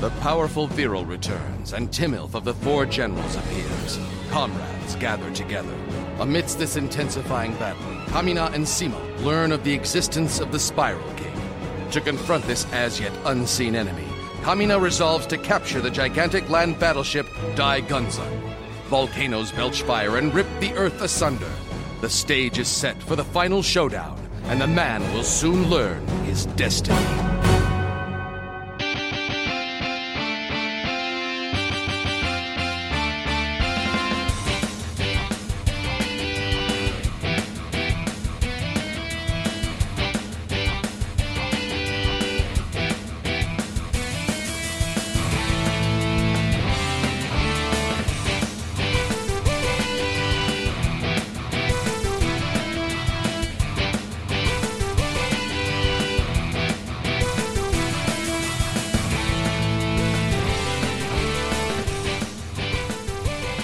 The powerful Viral returns, and Timilf of the Four Generals appears. Comrades gather together. Amidst this intensifying battle, Kamina and Sima learn of the existence of the Spiral King. To confront this as yet unseen enemy, Kamina resolves to capture the gigantic land battleship Dai Gunza. Volcanoes belch fire and rip the earth asunder. The stage is set for the final showdown, and the man will soon learn his destiny.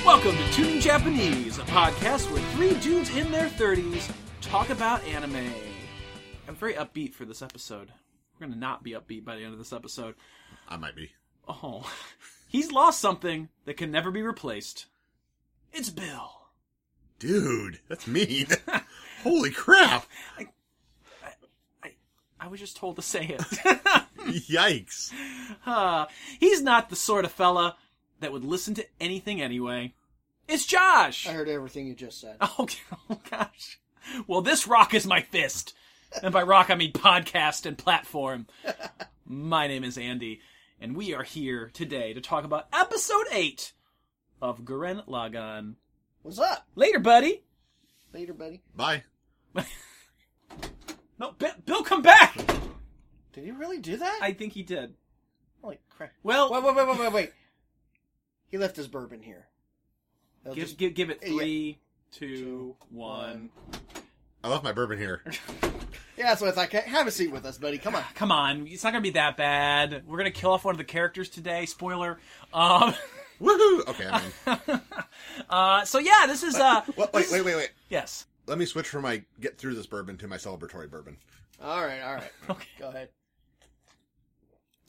Welcome to Tuning Japanese, a podcast where three dudes in their 30s talk about anime. I'm very upbeat for this episode. We're going to not be upbeat by the end of this episode. I might be. Oh, he's lost something that can never be replaced. It's Bill. Dude, that's mean. Holy crap. I was just told to say it. Yikes. Ah, he's not the sort of fella that would listen to anything anyway. It's Josh. I heard everything you just said. Oh, g- oh, gosh. Well, this rock is my fist. And by rock, I mean podcast and platform. my name is Andy, and we are here today to talk about episode 8 of Gurren Lagann. What's up? Later, buddy. Later, buddy. Bye. No, B- Bill, come back. Did he really do that? I think he did. Holy crap. Well, Wait, wait, wait, wait, wait, wait. He left his bourbon here. That'll give, just- give, give it Yeah. three, two, one. I left my bourbon here. Yeah, that's what I thought. Okay, Have a seat with us, buddy. Come on. Come on, it's not gonna be that bad. We're gonna kill off one of the characters today. Spoiler. Um, Woohoo! Okay, I'm in. uh, so yeah, this is uh, What, wait, wait, wait, wait. yes. Let me switch from my get through this bourbon to my celebratory bourbon. All right, all right. Go ahead.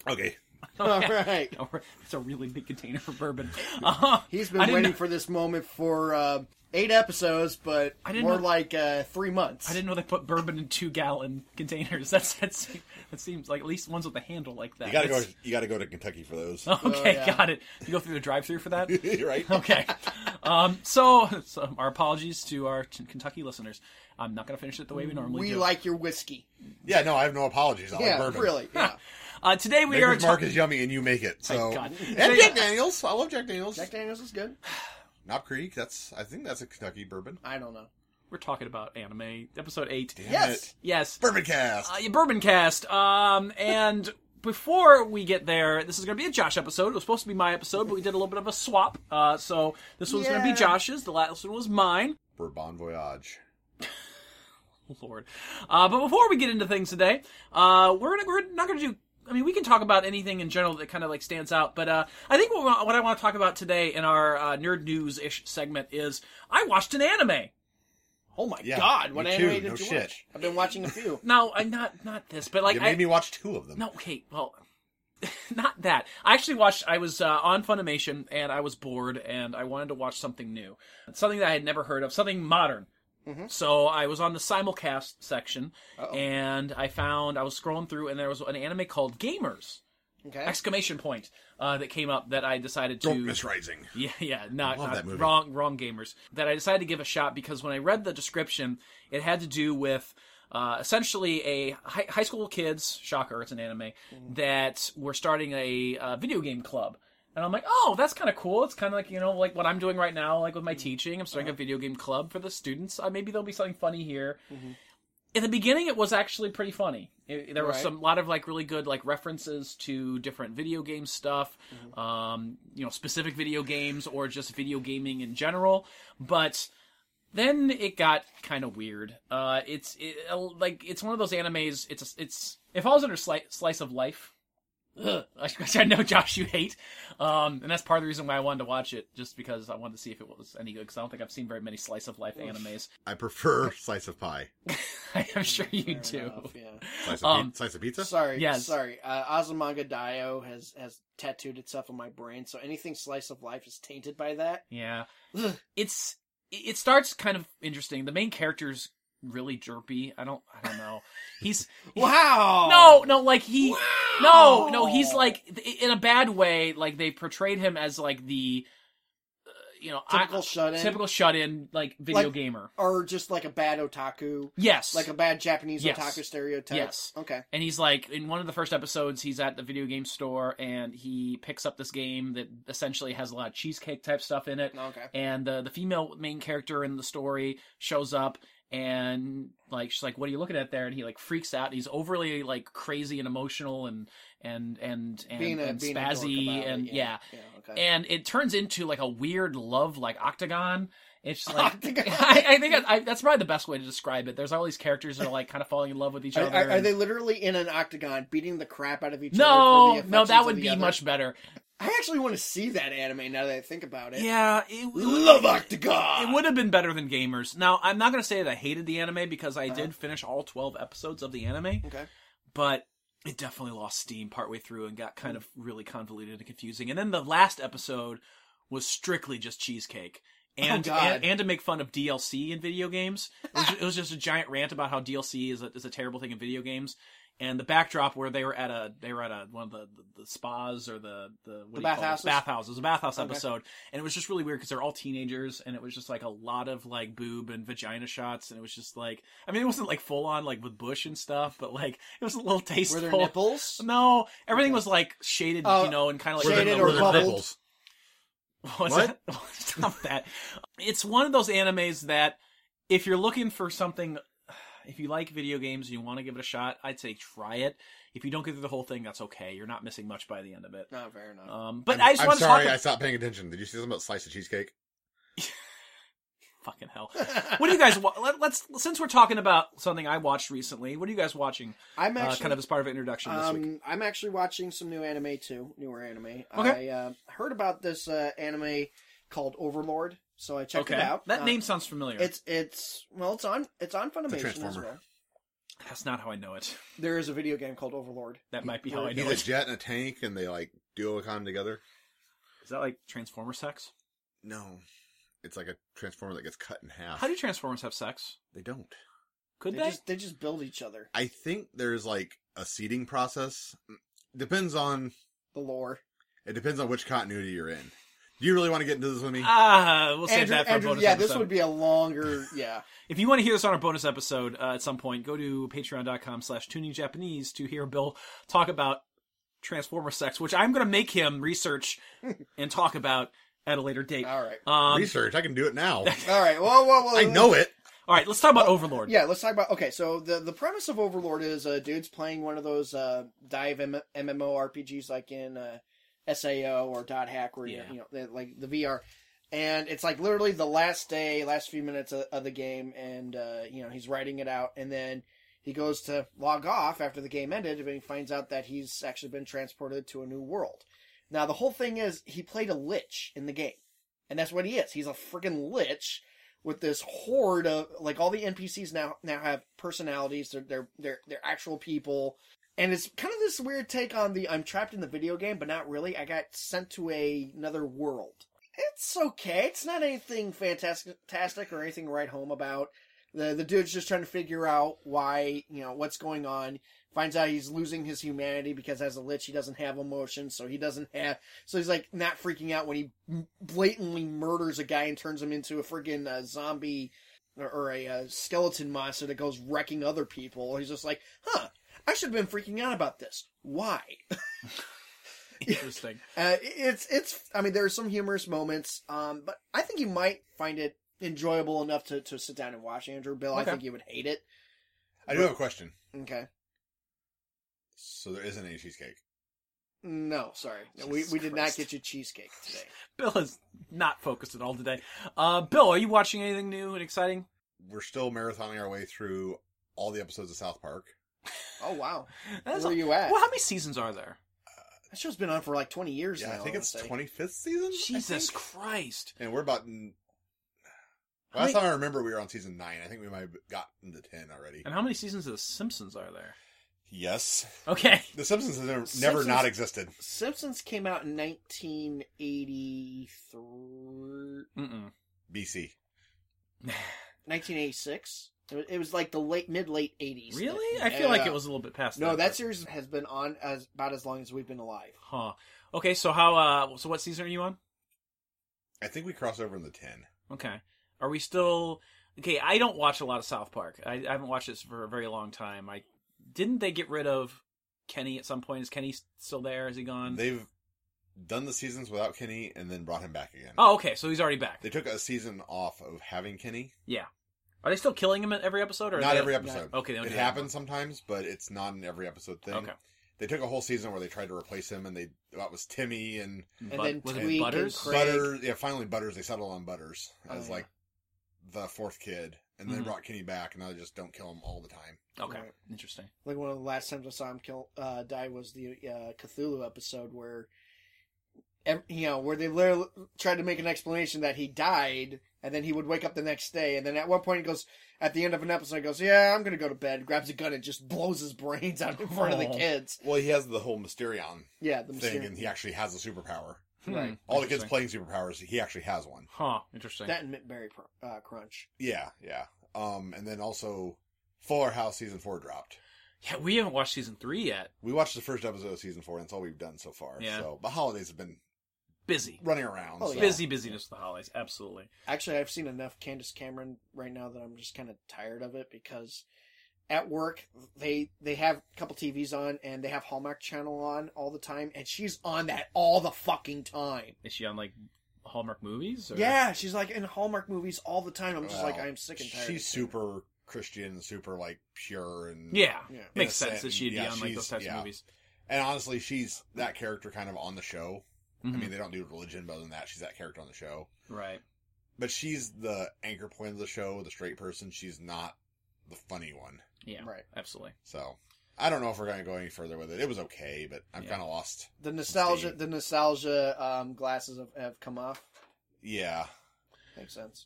Okay. All right. It's a really big container for bourbon. Uh, He's I been didn't waiting know- for this moment for uh, eight episodes, but I didn't more know- like uh, three months. I didn't know they put bourbon in two gallon containers. That's that's that seems like at least ones with a handle like that. You gotta go. It's- You gotta go to Kentucky for those, Okay, Oh, yeah. got it. You go through the drive-through for that. right? Okay. Um, so, so our apologies to our t- Kentucky listeners. I'm not gonna finish it the way we normally we do. like your whiskey. Yeah. No, I have no apologies. I yeah, like Oh, bourbon. really. Yeah. uh, today we are Maker's Mark talking. is yummy, and you make it. So God. and Jack Daniels. I love Jack Daniels. Jack Daniels is good. Knob Creek. That's. I think that's a Kentucky bourbon. I don't know. we're talking about anime, episode eight. Damn Yes. it. Yes. Bourbon cast. uh, your bourbon cast. Um, and before we get there, this is going to be a Josh episode. It was supposed to be my episode, but we did a little bit of a swap. Uh, so this one's going to Yeah. be Josh's. The last one was mine. Bourbon voyage. Lord. Uh, but before we get into things today, uh, we're gonna, we're not going to do. I mean, we can talk about anything in general that kind of like stands out, but uh, I think what, we want- what I want to talk about today in our uh, nerd news ish segment is I watched an anime. Oh my Yeah, god, what me anime too. did No you shit. watch? I've been watching a few. No, I not not this, but like You I, made me watch two of them. No, okay, well, not that. I actually watched. I was uh, on Funimation and I was bored and I wanted to watch something new, something that I had never heard of, something modern. So I was on the simulcast section and I found I was scrolling through and there was an anime called Gamers Okay. exclamation point uh, that came up that I decided to Darkness Rising. yeah, yeah, not, love not- that movie. wrong, wrong gamers. That I decided to give a shot because when I read the description, it had to do with uh, essentially a high, high school kids shocker. It's an anime Mm. that were starting a uh, video game club. And I'm like, oh, that's kind of cool. It's kind of like you know, like what I'm doing right now, like Mm. with my teaching. I'm Uh-huh. starting a video game club for the students. Uh, maybe there'll be something funny here. In the beginning, it was actually pretty funny. It- there was Right. some lot of like really good like references to different video game stuff, Mm-hmm. um, you know, specific video games or just video gaming in general. But then it got kind of weird. Uh, it's it, like it's one of those animes. It's it's it falls under sli- slice of life Ugh, which I know Josh you hate, um, and that's part of the reason why I wanted to watch it, just because I wanted to see if it was any good. Because I don't think I've seen very many slice of life animes. I prefer slice of pie. I'm sure you Mm, Fair do. enough, yeah. Slice of, Um, pi- slice of pizza. Sorry, Yes. sorry. Uh, Azumanga Daio has has tattooed itself on my brain, so anything slice of life is tainted by that. Yeah, Ugh. it's it it starts kind of interesting. The main character's really derpy. I don't I don't know. He's Wow. no no like he no no he's Oh. Wow. like th- in a bad way. Like they portrayed him as like the uh, you know I- Typical shut-in. typical shut in like video Like- gamer. or just like a bad otaku, Yes, like a bad Japanese Yes. otaku stereotype. Yes. Okay. And he's like, in one of the first episodes, he's at the video game store and he picks up this game that essentially has a lot of cheesecake type stuff in it. Okay. And uh, the the female main character in the story shows up and like she's like, "What are you looking at there?" And he like freaks out. He's overly like crazy and emotional and and and and, being a and being a dork spazzy about it, and yeah. Yeah. okay. And it turns into like a weird love like octagon. It's just like. Octagon. I, I think I, I, that's probably the best way to describe it. There's all these characters that are like kind of falling in love with each Are, other. are, are and- they literally in an octagon beating the crap out of each other? no, for the no, affections that of would the be other? much better. I actually want to see that anime now that I think about it. Yeah, it, it would- Love Octagon. It would have been better than gamers. Now, I'm not going to say that I hated the anime because I did finish all 12 episodes of the anime, Okay. but it definitely lost steam partway through and got kind of really convoluted and confusing. And then the last episode was strictly just cheesecake. And, Oh, God. and and to make fun of DLC in video games, it was, it was just a giant rant about how DLC is a, is a terrible thing in video games. And the backdrop where they were at a they were at a one of the, the, the spas or the the what The do you call bathhouses? it? bathhouse. It was a bathhouse Okay. episode, and it was just really weird because they're all teenagers, and it was just like a lot of like boob and vagina shots, and it was just like I mean it wasn't like full on like with bush and stuff, but like it was a little Were tasteful. there nipples? No, everything was like shaded, Oh, you know, and kind of like Were there- Shaded the- or were there bubbled? nipples? was What? it? Stop that. It's one of those animes that if you're looking for something if you like video games and you want to give it a shot, I'd say try it. If you don't get through the whole thing, that's okay. You're not missing much by the end of it. No, fair enough. Um, but I'm, i just I'm want to sorry, talk I stopped paying attention. Did you see something about slice of cheesecake? fucking hell. What do you guys wa- let, let's since we're talking about something I watched recently, what are you guys watching I'm uh, actually kind of as part of introduction this week? um, I'm actually watching some new anime too, newer anime. Okay. I uh, heard about this uh, anime called Overlord, so I checked okay. it out. That Uh, name sounds familiar. It's it's well, it's on it's on Funimation as Transformer. well. That's not how I know it. There is a video game called Overlord. That might be how I know He's a it. jet and a tank, and they like duo come together. Is that like Transformer sex? No, it's like a transformer that gets cut in half. How do Transformers have sex? they don't? Could they, they? just they just build each other. I think there's like a seeding process. Depends on The lore. it depends on which continuity you're in. Do you really want to get into this with me? Ah, we'll save Andrew- that for Andrew, a bonus yeah, episode. this would be a longer yeah. If you want to hear this on our bonus episode uh, at some point, go to patreon.com slash tuning Japanese to hear Bill talk about Transformer sex, which I'm going to make him research and talk about at a later date. All right, Um, Research. I can do it now. all right. Whoa, whoa, whoa. I know it. all right, let's talk about Overlord. Yeah, let's talk about okay. So the the premise of Overlord is uh, dude's playing one of those uh, dive M- MMORPGs like in uh, Sao or Dot Hack, where you- Yeah. you know that- like the VR, and it's like literally the last day, last few minutes of, of the game, and uh, you know he's writing it out, and then he goes to log off after the game ended, and he finds out that he's actually been transported to a new world. Now the whole thing is he played a lich in the game, and that's what he is. He's a freaking lich with this horde of like all the NPCs now now have personalities. They're they're they're they're actual people, and it's kind of this weird take on the I'm trapped in the video game, but not really. I got sent to a, another world. It's okay. It's not anything fantastic fantastic or anything to write home about. The the dude's just trying to figure out why you know what's going on. Finds out he's losing his humanity because as a lich he doesn't have emotions, so he doesn't have. So he's like not freaking out when he blatantly murders a guy and turns him into a friggin' uh, zombie or, or a uh, skeleton monster that goes wrecking other people. He's just like, huh, I should have been freaking out about this. Why? Interesting. Uh, it's it's. I mean, there are some humorous moments, um, but I think you might find it enjoyable enough to, to sit down and watch Andrew Bill. I Okay. think you would hate it. I do have a question. Okay. So there isn't any cheesecake. No, sorry, we Jesus we did Christ. not get you cheesecake today. Bill is not focused at all today. Uh, Bill, are you watching anything new and exciting? We're still marathoning our way through all the episodes of South Park. Oh wow, That's where a- you at? Well, how many seasons are there? That show's been on for like 20 years Yeah, now. I think wanna it's say. twenty fifth season. I Jesus think. Christ. And we're about. In... How Last many- time I remember, we were on season nine. I think we might have gotten to ten already. And how many seasons of The Simpsons are there? Yes, Okay. The Simpsons has never, never Simpsons- not existed. Simpsons came out in 1983. Mm-mm. BC. 1986. It was, it was like the late, mid late 80s. Really? I feel like Yeah. it was a little bit past No, that. that series has been on as about as long as we've been alive. Huh. Okay, so how, uh, so what season are you on? I think we cross over in the ten. Okay. Are we still, okay, I don't watch a lot of South Park. I, I haven't watched this for a very long time. I, didn't they get rid of Kenny at some point? Is Kenny still there? Is he gone? They've done the seasons without Kenny and then brought him back again. Oh, okay, so he's already back. They took a season off of having Kenny. Are they still killing him at every episode? Or are Not they- every episode. Okay, they don't it do that happens sometimes, but it's not an every episode thing. Okay. They took a whole season where they tried to replace him, and they that was Timmy and And then was Tweak it and Butters? Craig. Butters. Yeah, finally Butters. They settled on Butters Oh, as yeah. Mm-hmm. like the fourth kid, and then Mhm. they brought Kenny back, and now they just don't kill him all the time. Okay, Right. interesting. Like one of the last times I saw him kill uh, die was the uh, Cthulhu episode where, ev- you know, where they literally tried to make an explanation that he died, and then he would wake up the next day, and then at one point he goes at the end of an episode, he goes, "Yeah, I'm gonna go to bed," grabs a gun and just blows his brains out in front of the Oh. kids. Well, he has the whole Mysterion Yeah, the thing, mysterious- and he actually has a superpower. Right. Hmm. All the kids Interesting. playing superpowers, he actually has one. Huh. Interesting. that and Mitberry Pr- uh, Crunch. Yeah, yeah. Um, and then also Fuller House season four dropped. yeah, we haven't watched season three yet. We watched the first episode of season four, and that's all we've done so far. Yeah. So the holidays have been Busy, running around. Oh, so. yeah. busy, busyness of the holidays. Absolutely. Actually, I've seen enough Candace Cameron right now that I'm just kind of tired of it because at work they they have a couple TVs on and they have Hallmark Channel on all the time, and she's on that all the fucking time. Is she on like Hallmark movies? Or? Yeah, she's like in Hallmark movies all the time. I'm just Well, like, I'm sick and tired. She's of it. super Christian, super like pure, and Yeah. Yeah. Makes Innocent, sense that she'd yeah, be on like those she's- types yeah. of movies. And honestly, she's that character kind of on the show. Mhm. I mean, they don't do religion, but other than that, she's that character on the show. right. But she's the anchor point of the show, the straight person. She's not the funny one. Yeah. Right. Absolutely. So I don't know if we're going to go any further with it. It was okay, but I'm Yeah. kind of lost. The nostalgia, See. the nostalgia um, glasses have, have come off. Yeah. Makes sense.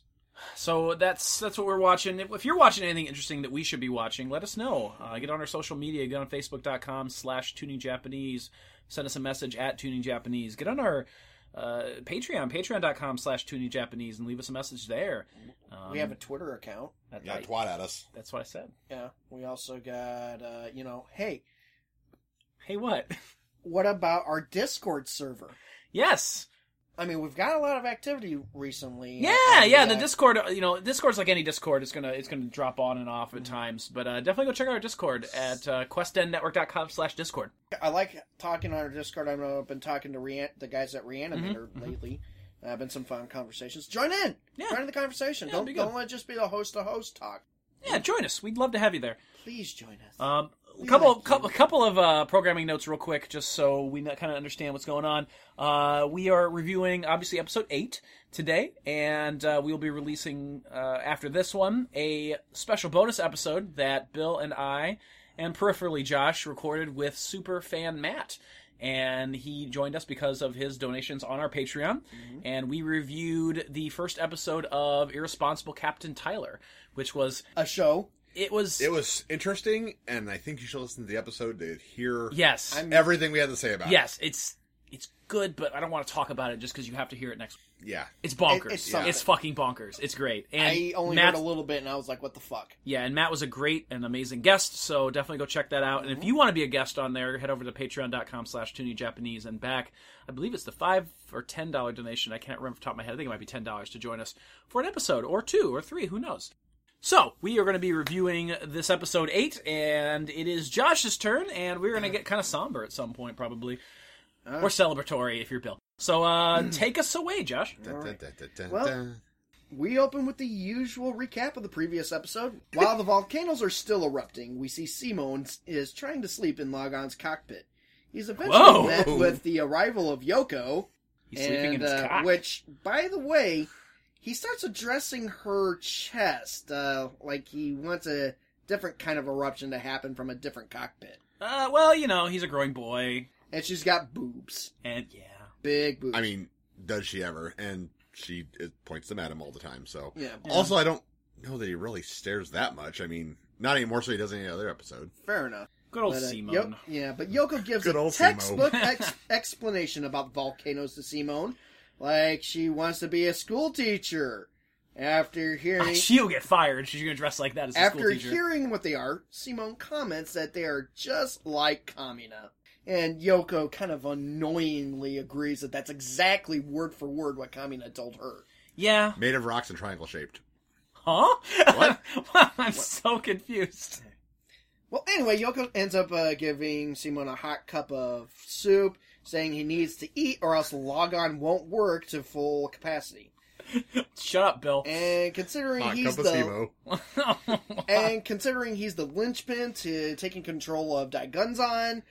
So that's that's what we're watching. If if you're watching anything interesting that we should be watching, let us know. Uh, get on our social media. Get on Facebook.com slash Tuning Japanese. Send us a message at Tuning Japanese. Get on our uh, Patreon, patreon.com slash Tuning Japanese, and leave us a message there. Um, we have a Twitter account. that- Yeah, twat at us. that's what I said. Yeah, we also got uh, you know, hey, Hey, what? what about our Discord server? yes. I mean, we've got a lot of activity recently. Yeah, Uh, yeah. The Discord, you know, Discord's like any Discord. It's gonna it's gonna drop on and off at times. But uh, definitely go check out our Discord at uh, questendnetwork.com slash Discord. I like talking on our Discord. I know I've been talking to Re- the guys at Mm-hmm, Reanimator lately. Uh, been some fun conversations. Join in. Yeah. Join in the conversation. Yeah, don't it'd be good. don't let it just be the host to host talk. Yeah, join us. We'd love to have you there. Please join us. Um, We couple, like couple, you. couple of uh, programming notes, real quick, just so we kind of understand what's going on. Uh, we are reviewing obviously episode eight today, and uh, we will be releasing uh, after this one a special bonus episode that Bill and I and peripherally Josh recorded with super fan Matt. And he joined us because of his donations on our Patreon. Mm-hmm. And we reviewed the first episode of Irresponsible Captain Tyler, which was, a show. it was, It was interesting, and I think you should listen to the episode to hear yes. I'm- everything we had to say about Yes, it's it's good, but I don't want to talk about it just because you have to hear it next. it. Yeah. It's bonkers. It- it's it's, something. fucking bonkers. It's great. And I only Matt, read a little bit, and I was like, "What the fuck?" yeah, and Matt was a great and amazing guest, so definitely go check that out. Mm-hmm. And if you want to be a guest on there, head over to patreon.com slash Japanese and back. I believe it's the five or ten dollar donation. I can't remember off the top of my head. I think it might be ten dollars to join us for an episode or two or three, who knows. So we are going to be reviewing this episode eight, and it is Josh's turn, and we're going to get kind of somber at some point, probably, Uh. or celebratory if you're Bill. So uh, take us away, Josh. Dun, dun, dun, dun, dun, Well- dun. We open with the usual recap of the previous episode. While the volcanoes are still erupting, we see Simone is trying to sleep in Logon's cockpit. He's eventually Whoa! met with the arrival of Yoko, He's sleeping in and, his uh, cock. Which, by the way, he starts addressing her chest, uh, like he wants a different kind of eruption to happen from a different cockpit. Uh, well, you know, he's a growing boy. And she's got boob. boobs. And yeah, Big boobs. I mean, does she ever? And she it points them at him all the time. So yeah, also, I don't know that he really stares that much. I mean, not anymore. So he does in any other episode. fair enough. good old But, uh, Simone. Yo- yeah, but Yoko gives Good a old textbook ex- explanation about volcanoes to Simone. Like, she wants to be a school teacher. After Ah, hearing. she'll get fired. She's gonna dress like that as a After school teacher. hearing what they are, Simone comments that they are just like Kamina. And Yoko kind of annoyingly agrees that that's exactly word for word what Kamina told her. yeah, Made of rocks and triangle shaped. huh? What? I'm so confused. Well, anyway, Yoko ends up uh, giving Simone a hot cup of soup, saying he needs to eat or else Logon won't work to full capacity. Shut up, Bill. And considering Hot he's cup of the Simo. and considering he's the linchpin to taking control of Daigunzon,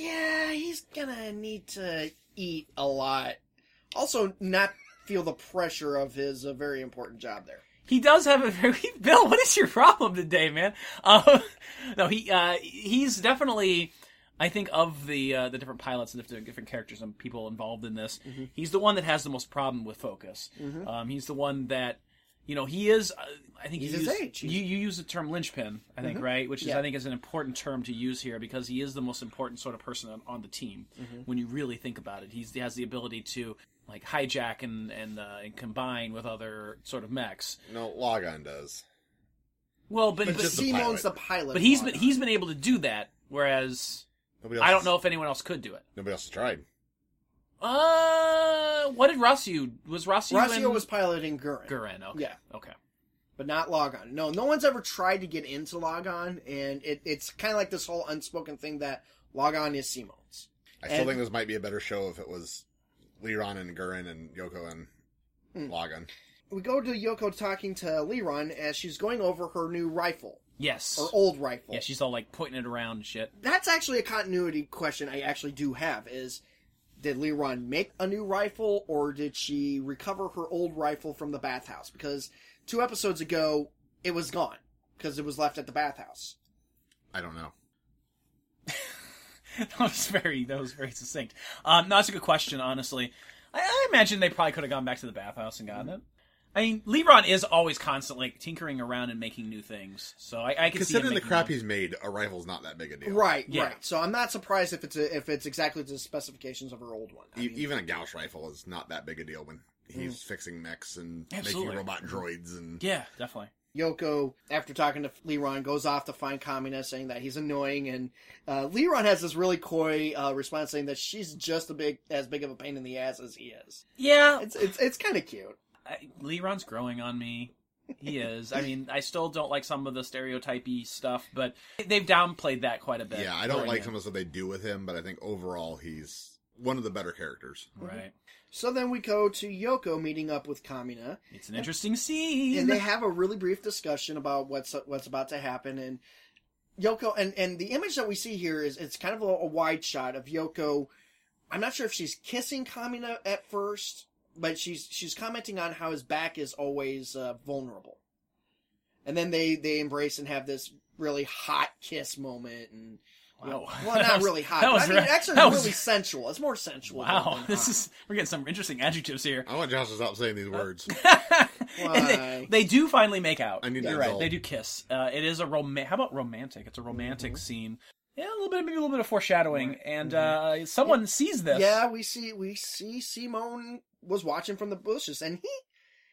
yeah, he's gonna need to eat a lot. Also, not feel the pressure of his uh, very important job there. He does have a very Bill. What is your problem today, man? Uh, no, he uh, he's definitely. I think of the uh, the different pilots and different, different characters and people involved in this. Mm-hmm. He's the one that has the most problem with focus. Um, he's the one that you know he is. Uh, I think He's you his use- age. Mm-hmm. You you use the term linchpin, I think, right? Which is Yeah. I think is an important term to use here because he is the most important sort of person on, on the team Mm-hmm. when you really think about it. He's, he has the ability to like hijack and and uh, and combine with other sort of mechs. No, Logon does. Well, but But but, just the pilot. Simone's the pilot, but he's been Logon. he's been able to do that, whereas Nobody else I don't has- know if anyone else could do it. Nobody else has tried. Uh, what did Rossio was Rossio? Rossio in- was piloting Gurren, Gurin. Okay, Yeah. okay. but not Logon. No, no one's ever tried to get into Logon, and it, it's kind of like this whole unspoken thing that Logon is Simone's. I still And- think this might be a better show if it was Leron and Gurren and Yoko and Hmm. Logan. We go to Yoko talking to Leron as she's going over her new rifle, Yes, her old rifle. yeah. She's all like pointing it around and shit. that's actually a continuity question I actually do have is did Leron make a new rifle or did she recover her old rifle from the bathhouse? Because two episodes ago it was gone because it was left at the bathhouse. I don't know. That was very that was very succinct. Um, no, that's a good question. Honestly, I, I imagine they probably could have gone back to the bathhouse and gotten it. I mean, Lebron is always constantly tinkering around and making new things, so I, I can see him Considering the making crap them. he's made, a rifle's not that big a deal. Right, Yeah. right. So I'm not surprised if it's a, if it's exactly the specifications of her old one. I E- mean, even a Gauss rifle is not that big a deal when he's Hmm. fixing mechs and Absolutely. making robot droids and Yeah, definitely. Yoko, after talking to Leron, goes off to find Kamina, saying that he's annoying, and uh, Leron has this really coy uh, response, saying that she's just a big as big of a pain in the ass as he is. Yeah, It's it's it's kind of cute. I, Leron's growing on me. He is. I mean, I still don't like some of the stereotypy stuff, but they've downplayed that quite a bit. yeah. I don't during like it. some of the stuff they do with him, but I think overall he's one of the better characters. Right. So then we go to Yoko meeting up with Kamina, It's an interesting scene. and they have a really brief discussion about what's what's about to happen. And Yoko, and and the image that we see here is it's kind of a, a wide shot of Yoko. I'm not sure if she's kissing Kamina at first, but she's she's commenting on how his back is always uh, vulnerable. And then they they embrace and have this really hot kiss moment, and Wow. well, That not was- really hot. that but was I mean, right- actually, that really was- sensual. It's more sensual. than- wow. than This hot. is we're getting some interesting adjectives here. I want Josh to stop saying these Uh, words. And Why? they, they do finally make out. I need You're that right, right. They do kiss. Uh, it is a romantic. How about romantic? It's a Mm-hmm. romantic scene. Yeah, a little bit, maybe a little bit of foreshadowing, and uh, someone sees this. Mm-hmm. Yeah, we see we see Simone was watching from the bushes, and he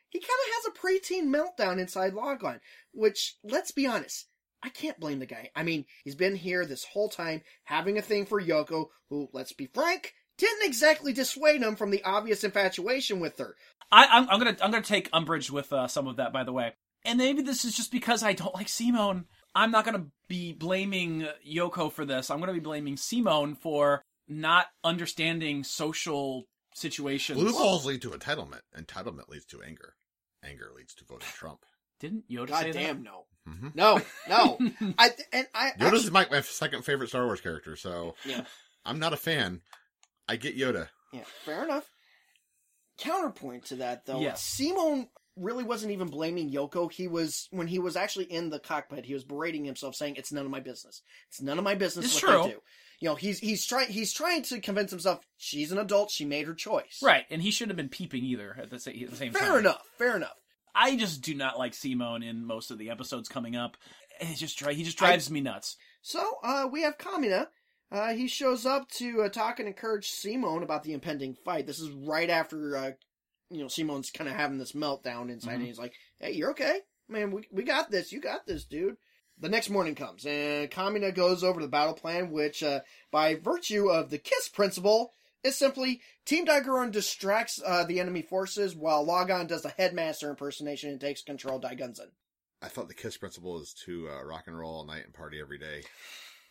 he kind of has a preteen meltdown inside Logon. Which, let's be honest, I can't blame the guy. I mean, he's been here this whole time, having a thing for Yoko, who, let's be frank, didn't exactly dissuade him from the obvious infatuation with her. I, I'm, I'm gonna I'm gonna take umbrage with uh, some of that, by the way. And maybe this is just because I don't like Simone. I'm not gonna be blaming Yoko for this. I'm gonna be blaming Simone for not understanding social situations. Loopholes lead to entitlement. Entitlement leads to anger. Anger leads to voting Trump. Didn't Yoda say God that? damn, no, Mhm. no, no. I and I. Yoda's actually- my, my second favorite Star Wars character, so Yeah. I'm not a fan. I get Yoda. Yeah, fair enough. Counterpoint to that, though, Yes. Simone really wasn't even blaming Yoko. He was when he was actually in the cockpit, he was berating himself, saying, "It's none of my business. It's none of my business It's what true. they do." you know, he's he's trying he's trying to convince himself she's an adult. She made her choice. Right, and he shouldn't have been peeping either at the, sa- at the same time. Fair enough. Fair enough. I just do not like Simone in most of the episodes coming up. It just dri- he just drives me nuts. So uh, we have Kamina. Uh, he shows up to uh, talk and encourage Simone about the impending fight. This is right after uh, you know Simone's kind of having this meltdown inside, and he's like, "Hey, you're okay, man. We we got this. You got this, dude." The next morning comes, and Kamina goes over to the battle plan, which, uh, by virtue of the KISS principle, is simply Team Daiguren distracts uh, the enemy forces while Logon does the headmaster impersonation and takes control of Daigunzen. I thought the KISS principle is to uh, rock and roll all night and party every day.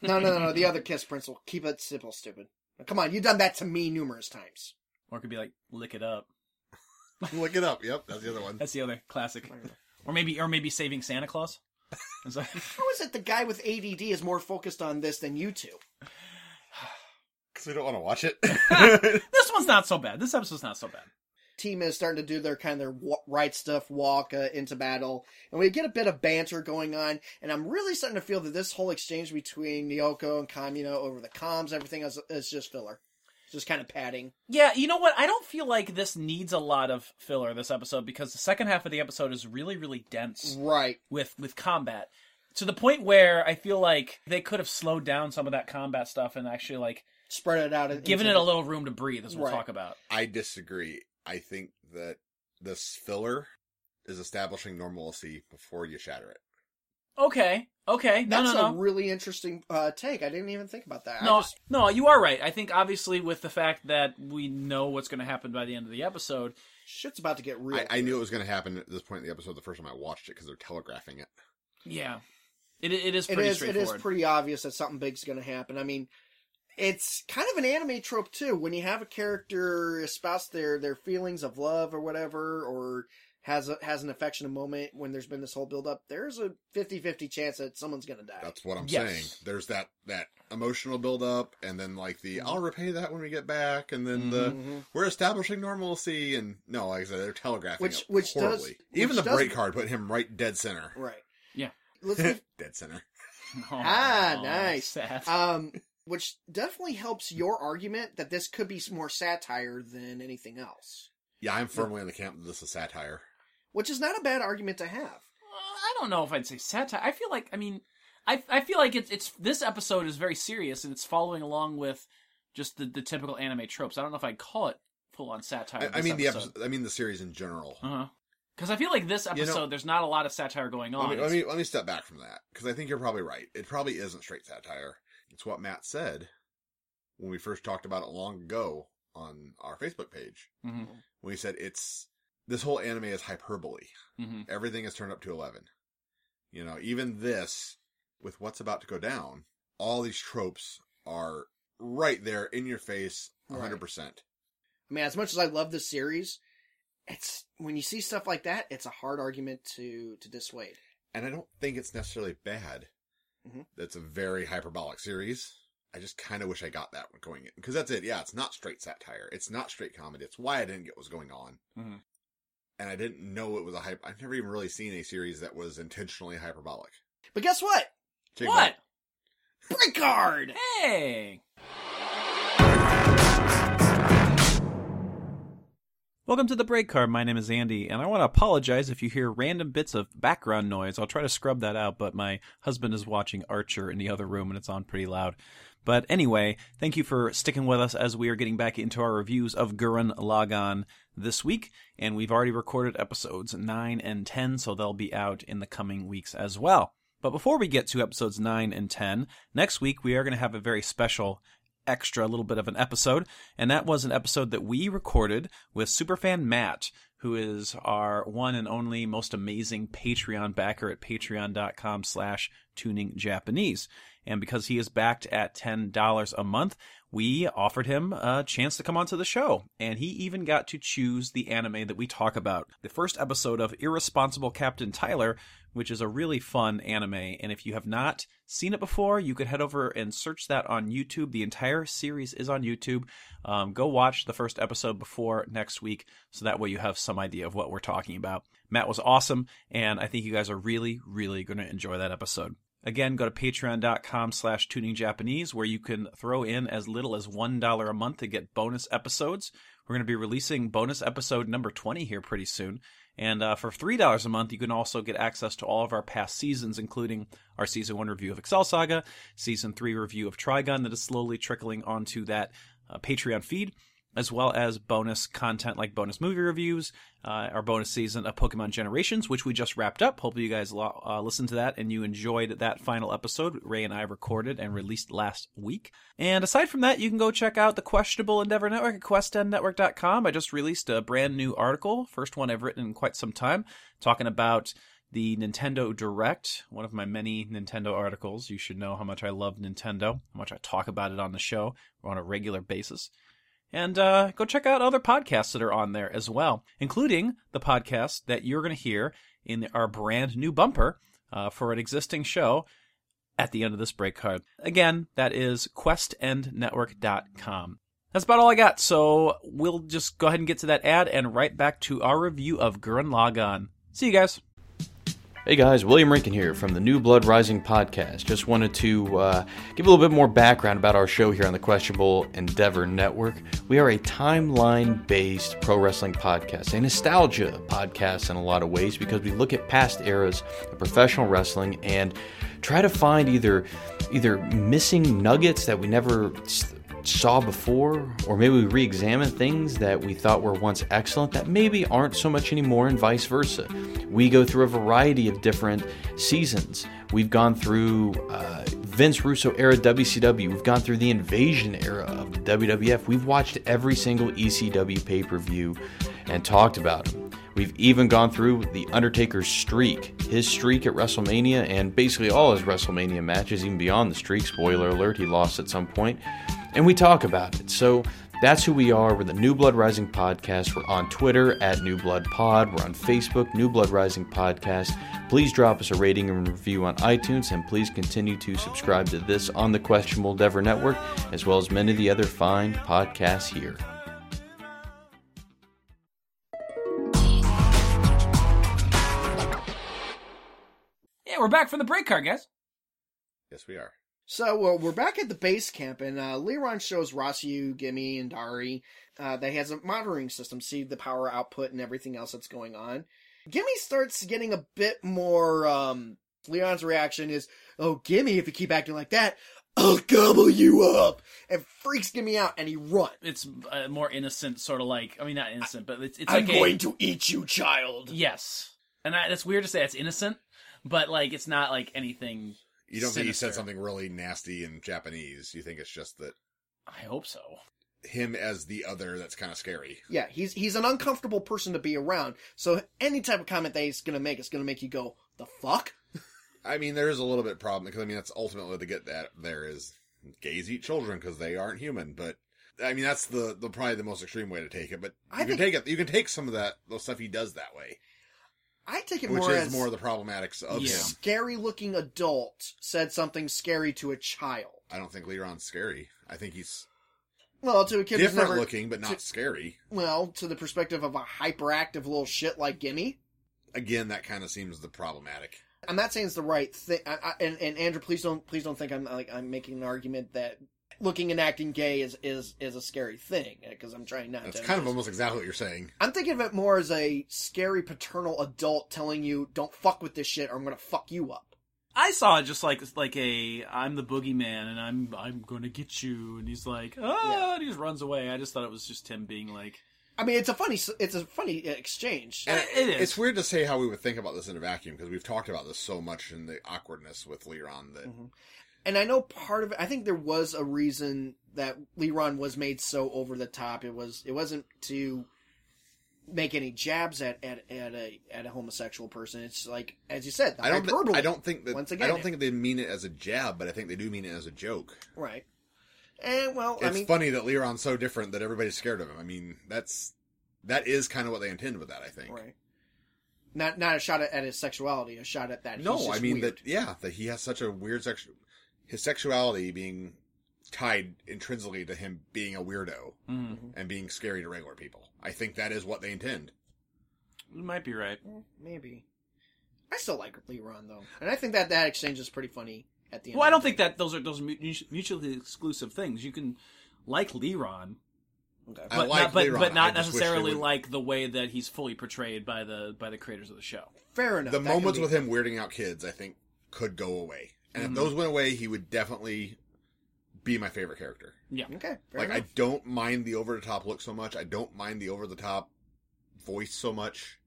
No, no, no, no. The other kiss principle. Keep it simple, stupid. Come on, you've done that to me numerous times. Or it could be like lick it up. Look it up. Yep, that's the other one. That's the other classic. Fair enough. Or maybe or maybe saving Santa Claus. It's like- How is it the guy with ADD is more focused on this than you two? Because we don't want to watch it. this one's not so bad. This episode's not so bad. Team is starting to do their kind of their wa- right stuff walk uh, into battle, and we get a bit of banter going on. And I'm really starting to feel that this whole exchange between Nyoko and Kamino over the comms, everything is, is just filler, just kind of padding. Yeah, you know what? I don't feel like this needs a lot of filler this episode because the second half of the episode is really really dense Right. with with combat to the point where I feel like they could have slowed down some of that combat stuff and actually like Spread it out. and given it a little room to breathe as we'll Right. talk about. I disagree. I think that this filler is establishing normalcy before you shatter it. Okay. Okay. No, That's no, no. a really interesting uh, take. I didn't even think about that. I No, just- no, you are right. I think obviously with the fact that we know what's going to happen by the end of the episode, shit's about to get real. I, I knew it was going to happen at this point in the episode the first time I watched it because they're telegraphing it. yeah, it it is it pretty is it straightforward. is pretty obvious that something big's going to happen. I mean, it's kind of an anime trope too. When you have a character espouse their their feelings of love or whatever, or has a, has an affectionate moment when there's been this whole build up, there's a 50-50 chance that someone's going to die. That's what I'm Yes. saying. There's that that emotional buildup, and then like the Mm-hmm. I'll repay that when we get back, and then the Mm-hmm. we're establishing normalcy, and no, like I said, they're telegraphing Which- it which does- horribly. Even which the does- break card put him right dead center. right. Yeah. Let's move- Dead center. Oh, Ah, nice. sad. um which definitely helps your argument that this could be more satire than anything else, Yeah, I'm firmly in the camp that this is satire. which is not a bad argument to have. Well, I don't know if I'd say satire. I feel like I mean, I I feel like it's it's this episode is very serious and it's following along with just the the typical anime tropes. I don't know if I'd call it full on satire. I, I this mean the episode. I mean the series in general. Uh huh. Because I feel like this know- episode, there's not a lot of satire going on. Let me, It's- let me let me step back from that because I think you're probably right. It probably isn't straight satire. It's what Matt said when we first talked about it long ago on our Facebook page. Mhm, when he said it's this whole anime is hyperbole. mhm. Everything is turned up to eleven. You know, even this with what's about to go down, all these tropes are right there in your face, Right. hundred percent. I mean, as much as I love this series, it's when you see stuff like that, it's a hard argument to to dissuade. And I don't think it's necessarily bad. Mhm. That's a very hyperbolic series. I just kind of wish I got that one going in because that's it. Yeah, it's not straight satire. It's not straight comedy. It's why I didn't get what was going on. Mhm. And I didn't know it was a hype. I've never even really seen a series that was intentionally hyperbolic. But guess what? Jigsaw. What? Break card. Hey! Welcome to the break car. My name is Andy, and I want to apologize if you hear random bits of background noise. I'll try to scrub that out, but my husband is watching Archer in the other room, and it's on pretty loud. But anyway, thank you for sticking with us as we are getting back into our reviews of Gurren Lagann this week, and we've already recorded episodes 9 and 10, so they'll be out in the coming weeks as well. But before we get to episodes 9 and 10, next week we are going to have a very special extra little bit of an episode, and that was an episode that we recorded with superfan Matt, who is our one and only most amazing Patreon backer at patreon.com slash tuning Japanese. And because he is backed at $10 a month, we offered him a chance to come onto the show. And he even got to choose the anime that we talk about. The first episode of Irresponsible Captain Tyler, which is a really fun anime. And if you have not seen it before, you could head over and search that on YouTube. The entire series is on YouTube. Um, go watch the first episode before next week so that way you have some idea of what we're talking about. Matt was awesome, and I think you guys are really, really going to enjoy that episode. Again, go to patreon.com slash tuningjapanese where you can throw in as little as $1 a month to get bonus episodes. We're going to be releasing bonus episode number 20 here pretty soon. And uh, for $3 a month, you can also get access to all of our past seasons, including our season one review of Excel Saga, season three review of Trigon that is slowly trickling onto that uh, Patreon feed, as well as bonus content like bonus movie reviews, uh, our bonus season of Pokemon Generations, which we just wrapped up. Hopefully, you guys lo- uh, listened to that and you enjoyed that final episode Ray and I recorded and released last week. And aside from that, you can go check out the Questionable Endeavor Network at questendnetwork.com. I just released a brand new article, first one I've written in quite some time, talking about the Nintendo Direct, one of my many Nintendo articles. You should know how much I love Nintendo, how much I talk about it on the show on a regular basis. And uh, go check out other podcasts that are on there as well, including the podcast that you're going to hear in our brand new bumper uh, for an existing show at the end of this break card. Again, that is questendnetwork.com. That's about all I got, so we'll just go ahead and get to that ad and right back to our review of Gurren Lagann. See you guys. Hey guys, William Rinkin here from the New Blood Rising podcast. Just wanted to uh, give a little bit more background about our show here on the Questionable Endeavor Network. We are a timeline based pro wrestling podcast, a nostalgia podcast in a lot of ways because we look at past eras of professional wrestling and try to find either either missing nuggets that we never s- saw before, or maybe we re examine things that we thought were once excellent that maybe aren't so much anymore, and vice versa. We go through a variety of different seasons. We've gone through uh, Vince Russo era WCW, we've gone through the invasion era of the WWF, we've watched every single E ECW pay per view and talked about them. We've even gone through The Undertaker's streak, his streak at WrestleMania, and basically all his WrestleMania matches, even beyond the streak. Spoiler alert, he lost at some point. And we talk about it. So that's who we are. We're the New Blood Rising Podcast. We're on Twitter at New Blood Pod. We're on Facebook, New Blood Rising Podcast. Please drop us a rating and review on iTunes, and please continue to subscribe to this on the Questionable Endeavor Network, as well as many of the other fine podcasts here. Yeah, we're back from the break card, guys. Yes, we are. So well, we're back at the base camp, and uh, Leron shows Rosyu, Gimme, and Dari uh, that he has a monitoring system, see the power output and everything else that's going on. Gimme starts getting a bit more. Um, Leon's reaction is, "Oh, Gimme, if you keep acting like that, I'll gobble you up!" and freaks Gimme out, and he runs. It's uh, more innocent, sort of like I mean, not innocent, but it's it's I'm like a- going to eat you, child. yes, and I, that's weird to say. It's innocent, but like it's not like anything. You don't think he said Sinister. something really nasty in Japanese. You think it's just that I hope so. him as the other that's kind of scary. Yeah, he's he's an uncomfortable person to be around. So any type of comment that he's gonna make is gonna make you go, "The fuck." I mean, there is a little bit problem because I mean that's ultimately to get that there is gays eat children because they aren't human. But I mean that's the, the probably the most extreme way to take it. But I you can think- take it. You can take some of that the stuff he does that way, I take it which more is as more of the problematics of Yeah. him. scary looking adult said something scary to a child. I don't think Leron's scary. I think he's Well, to a kid who's different never looking, but not scary. well, to the perspective of a hyperactive little shit like Gimme. Again, that kind of seems the problematic. I'm not saying it's the right thing. I, I, and, and Andrew, please don't please don't think I'm like I'm making an argument that looking and acting gay is is is a scary thing because I'm trying not That's to. kind of almost exactly what you're saying. I'm thinking of it more as a scary paternal adult telling you, "Don't fuck with this shit, or I'm gonna fuck you up." I saw it just like like a I'm the boogeyman and I'm I'm gonna get you, and he's like ah, Yeah. and he just runs away. I just thought it was just him being like I mean, it's a funny s- it's a funny uh, exchange. And It is. It's weird to say how we would think about this in a vacuum because we've talked about this so much in the awkwardness with Leron that Mm-hmm. and I know part of it. I think there was a reason that Leron was made so over the top. It was it wasn't to make any jabs at at, at a at a homosexual person. It's like as you said, the I don't. thi- hyperbole. I don't think that. Once Once again, again, I don't think they mean it as a jab, but I think they do mean it as a joke. right. And well, It's I mean, funny that Leron's so different that everybody's scared of him. I mean, that's that is kind of what they intend with that. I think. right. Not not a shot at, at his sexuality, a shot at that. he's No, just I mean weird. that. Yeah, that he has such a weird sexual, his sexuality being tied intrinsically to him being a weirdo mm, and being scary to regular people. I think that is what they intend. you might be right. Maybe. I still like Leron though, and I think that that exchange is pretty funny at the end. Well, I of don't it. think that those are those are mu- mutually exclusive things. You can like Leron, Okay. I but like not, but, Leron. but not I just wish they necessarily would- like the way that he's fully portrayed by the by the creators of the show. Fair enough. the That can moments be- with him weirding out kids, I think, could go away. And if those went away, he would definitely be my favorite character. Yeah, Okay. Fair like enough. I don't mind the over the top look so much. I don't mind the over the top voice so much.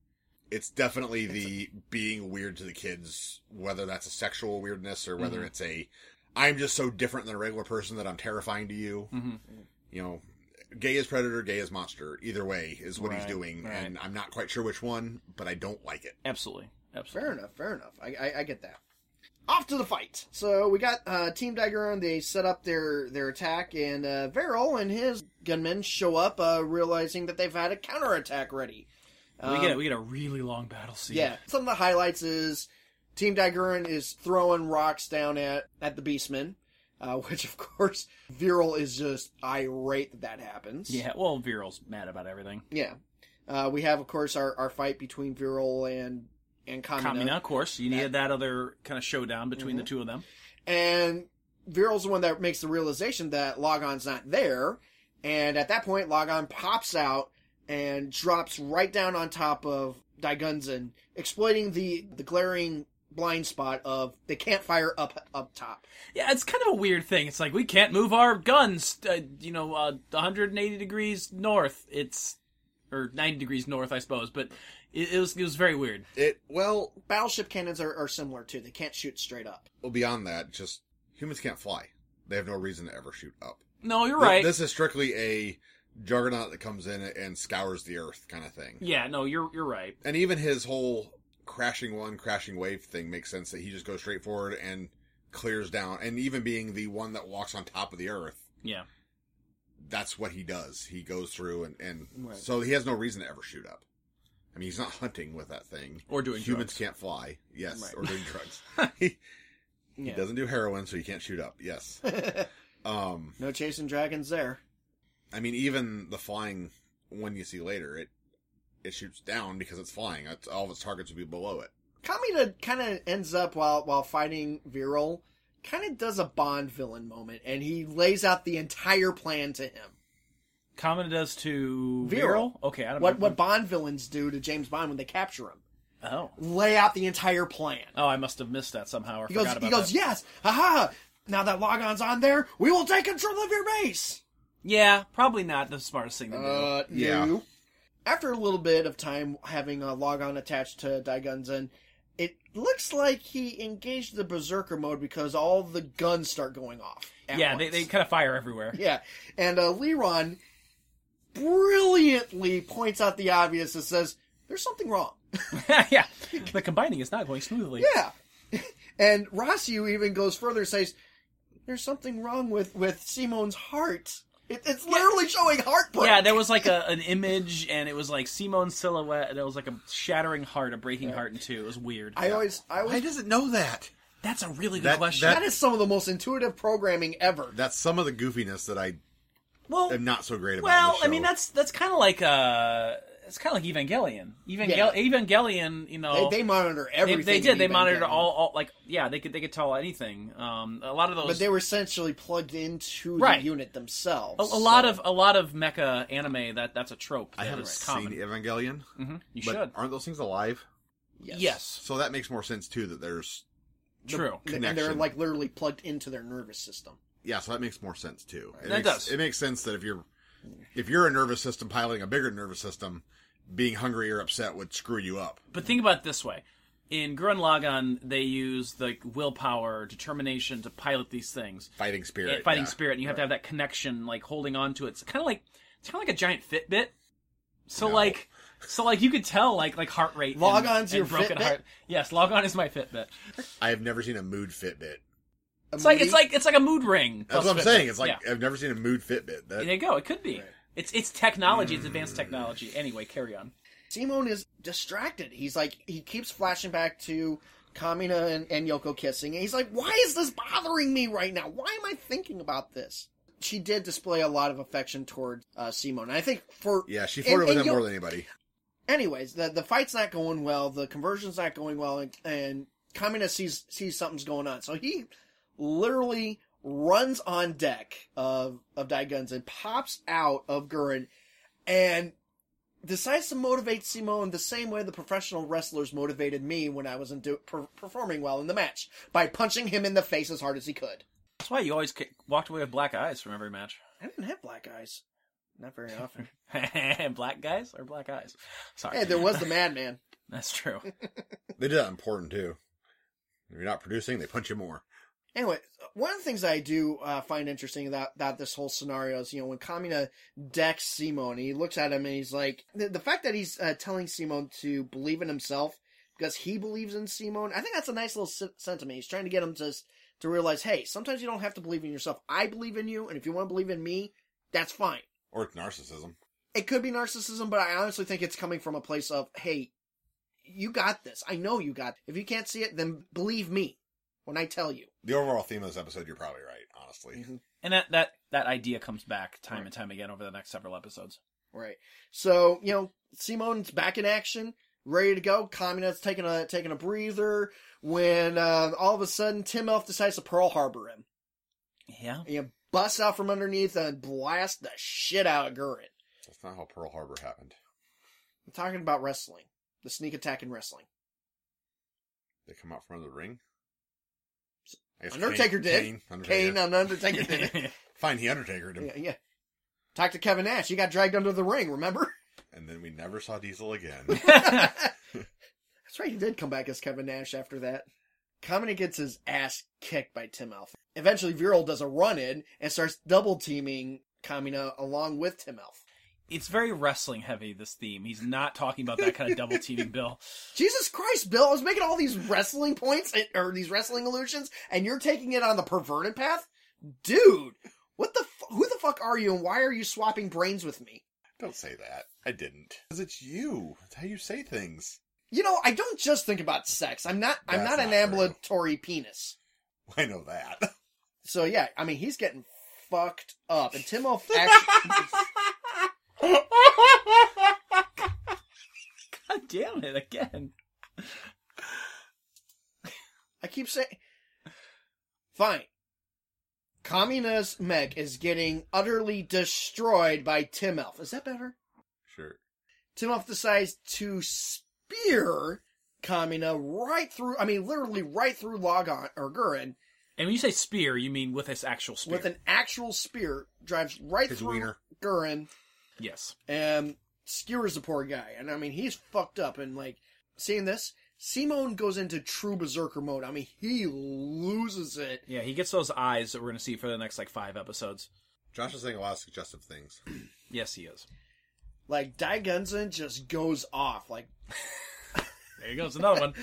It's definitely the being weird to the kids, whether that's a sexual weirdness or whether it's a I'm just so different than a regular person that I'm terrifying to you. Mhm. You know, gay is predator, gay is monster. Either way is what he's Right, doing, right. and I'm not quite sure which one, but I don't like it. absolutely, absolutely. Fair enough. Fair enough. I, I, I get that. Off to the fight. So we got uh, Team Daggeron. They set up their their attack, and uh, Varel and his gunmen show up, uh, realizing that they've had a counterattack ready. we Um, get we get a really long battle scene. Yeah. Some of the highlights is Team Dagurin is throwing rocks down at, at the Beastmen, uh, which of course Viral is just irate that that happens. yeah. Well, Viral's mad about everything. Yeah. Uh, we have of course our, our fight between Viral and and Kamina. Kamina, of course, you needed that other kind of showdown between Mm-hmm. the two of them. And Viral's the one that makes the realization that Logon's not there. And at that point, Logon pops out and drops right down on top of Daigunzen, exploiting the, the glaring blind spot of they can't fire up up top. Yeah, it's kind of a weird thing. It's like we can't move our guns, uh, you know, uh, 180 degrees north. It's or 90 degrees north, I suppose. But it, it was it was very weird. It well, Battleship cannons are, are similar too. They can't shoot straight up. well beyond that, just humans can't fly. They have no reason to ever shoot up. No, you're Th- right. This is strictly a juggernaut that comes in and scours the earth kind of thing. Yeah, no, you're you're right. And even his whole crashing one, crashing wave thing makes sense that he just goes straight forward and clears down. And even being the one that walks on top of the earth, Yeah, that's what he does. He goes through and, and Right. so he has no reason to ever shoot up. I mean, he's not hunting with that thing. Or doing Humans drugs. can't fly. Yes. Right. Or doing drugs. he, he Yeah. doesn't do heroin, so he can't shoot up. Yes. um, No chasing dragons there. I mean, even the flying one you see later, it it shoots down because it's flying. It's, all of its targets will be below it. Kamina kind of ends up while while fighting Viral, kind of does a Bond villain moment, and he lays out the entire plan to him. Common does to Viral. Viral. Okay, I don't What know. what Bond villains do to James Bond when they capture him? Oh, Lay out the entire plan. oh, I must have missed that somehow. Or He forgot goes. about He goes. that. Yes. Aha! Now that Logon's on there, we will take control of your base. Yeah, probably not the smartest thing to do. Uh, Yeah. no. After a little bit of time having a logon attached to Daigunzen, it looks like he engaged the berserker mode because all the guns start going off. at yeah, they, once. they kind of fire everywhere. yeah, and uh, Leron brilliantly points out the obvious and says, "There's something wrong." yeah, the combining is not going smoothly. Yeah. And Rossiu even goes further and says, There's something wrong with, with Simon's heart. It, it's literally showing heartbreak. Yeah, there was like a, an image, and it was like Simone's silhouette, and it was like a shattering heart, a breaking heart in two. It was weird. I always, I always, doesn't know that. That's a really good That- question. that- that is some of the most intuitive programming ever. That's some of the goofiness that I well, am not so great about. in well, the I mean show. that's that's kind of like uh, it's kind of like Evangelion. Evangel- Evangelion, you know, They, they monitor they, everything. they in did. They monitored Evangelion. all, all like yeah, they could they could tell anything. Um, a lot of those. But they were essentially plugged into Right. the unit themselves. a, a lot of a lot of mecha anime that that's a trope. I that haven't is seen common. Evangelion, hmm You but should. aren't those things alive? Yes. Yes, So that makes more sense too. That there's true. And they're Connection. like literally plugged into their nervous system. yeah. So that makes more sense too. It That makes, does. It makes sense that if you're if you're a nervous system piloting a bigger nervous system, being hungry or upset would screw you up. But think about it this way. In Gurren Lagann, they use the willpower, determination to pilot these things. Fighting spirit. Eh, fighting yeah. spirit, and you have to have that connection, like holding on to it. It's kind of like it's kind of like a giant Fitbit. So No. like, so like you could tell like like heart rate. and- Log on's and your broken Fitbit? heart. Yes, log on is my Fitbit. I have never seen a mood Fitbit. It's like it's like it's like a mood ring. That's plus what I'm Fitbit. saying. It's like Yeah. I've never seen a mood Fitbit. That, there you go. It could be. It's it's technology. It's advanced technology. Anyway, carry on. Simon is distracted. He's like he keeps flashing back to Kamina and, and Yoko kissing, and he's like, "Why is this bothering me right now? Why am I thinking about this?" She did display a lot of affection toward uh, Simon. I think for yeah, she and- flirted with and him more Yo- than anybody. anyways, the the fight's not going well. The conversion's not going well, and, and Kamina sees sees something's going on, so he literally runs on deck of of Daigun's and pops out of Gurren, and decides to motivate Simone the same way the professional wrestlers motivated me when I wasn't do- per- performing well in the match by punching him in the face as hard as he could. That's why you always ca- walked away with black eyes from every match. I didn't have black eyes, not very often. black guys or black eyes? Sorry. hey, there was the Madman. That's true. They did that important too. If you're not producing, they punch you more. Anyway, one of the things I do uh, find interesting about, about this whole scenario is, you know, when Kamina decks Simon, he looks at him and he's like, the, the fact that he's uh, telling Simon to believe in himself because he believes in Simon, I think that's a nice little sen- sentiment. He's trying to get him to s- to realize, hey, sometimes you don't have to believe in yourself. I believe in you, and if you want to believe in me, that's fine. Or it's narcissism. It could be narcissism, but I honestly think it's coming from a place of, hey, you got this. I know you got. If you can't see it, then believe me when I tell you. The overall theme of this episode, you're probably right, honestly. and that, that, that idea comes back time and time again over the next several episodes. Right. So, you know, Simone's back in action, ready to go. Kamina's taking a taking a breather when uh, all of a sudden Tim Elf decides to Pearl Harbor him. Yeah. And you bust out from underneath and blast the shit out of Gurren. That's not how Pearl Harbor happened. I'm talking about wrestling. The sneak attack in wrestling. They come out from under the ring. I guess Undertaker Kane- did. Kane, Undertaker. Kane um, and Undertaker did it. Fine, he Undertakered him. Yeah, yeah. Talk to Kevin Nash. He got dragged under the ring, remember? And then we never saw Diesel again. That's right, he did come back as Kevin Nash after that. Kamina gets his ass kicked by Tim Elf. Eventually, Viral does a run in and starts double teaming Kamina along with Tim Elf. It's very wrestling heavy, this theme. He's not talking about that kind of double teaming, Bill. Jesus Christ, Bill, I was making all these wrestling points and- or these wrestling illusions, and you're taking it on the perverted path? Dude, what the fu- who the fuck are you and why are you swapping brains with me? Don't say that. I didn't. Because it's you. That's how you say things. You know, I don't just think about sex. I'm not I'm That's not, an not true. ambulatory penis. I know that. So yeah, I mean he's getting fucked up. And Tim Elf actually God damn it, again. I keep saying. Fine. Kamina's mech is getting utterly destroyed by Tim Elf. Is that better? Sure. Tim Elf decides to spear Kamina right through, I mean, literally right through Logon or Gurren And when you say spear, you mean with his actual spear. with an actual spear, drives right His through wiener. Gurren Yes. and skewers the poor guy. And I mean, he's fucked up. And like, seeing this, Simone goes into true berserker mode. I mean, he loses it. Yeah, he gets those eyes that we're going to see for the next, like, five episodes. Josh is saying a lot of suggestive things. Yes, he is. Like, Daigunzen just goes off. Like, There goes another one.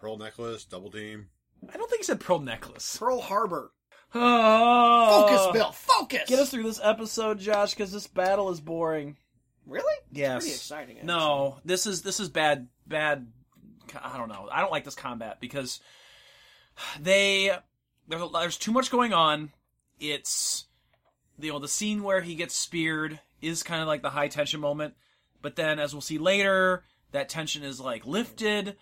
Pearl necklace, double team. I don't think he said pearl necklace. Pearl Harbor. Oh, Focus, Bill. Focus. Get us through this episode, Josh, because this battle is boring. Really? Yes. It's pretty exciting. actually. No, this is this is bad. Bad. I don't know. I don't like this combat because they there's, there's too much going on. It's you know the scene where he gets speared is kind of like the high tension moment, but then as we'll see later, that tension is like lifted.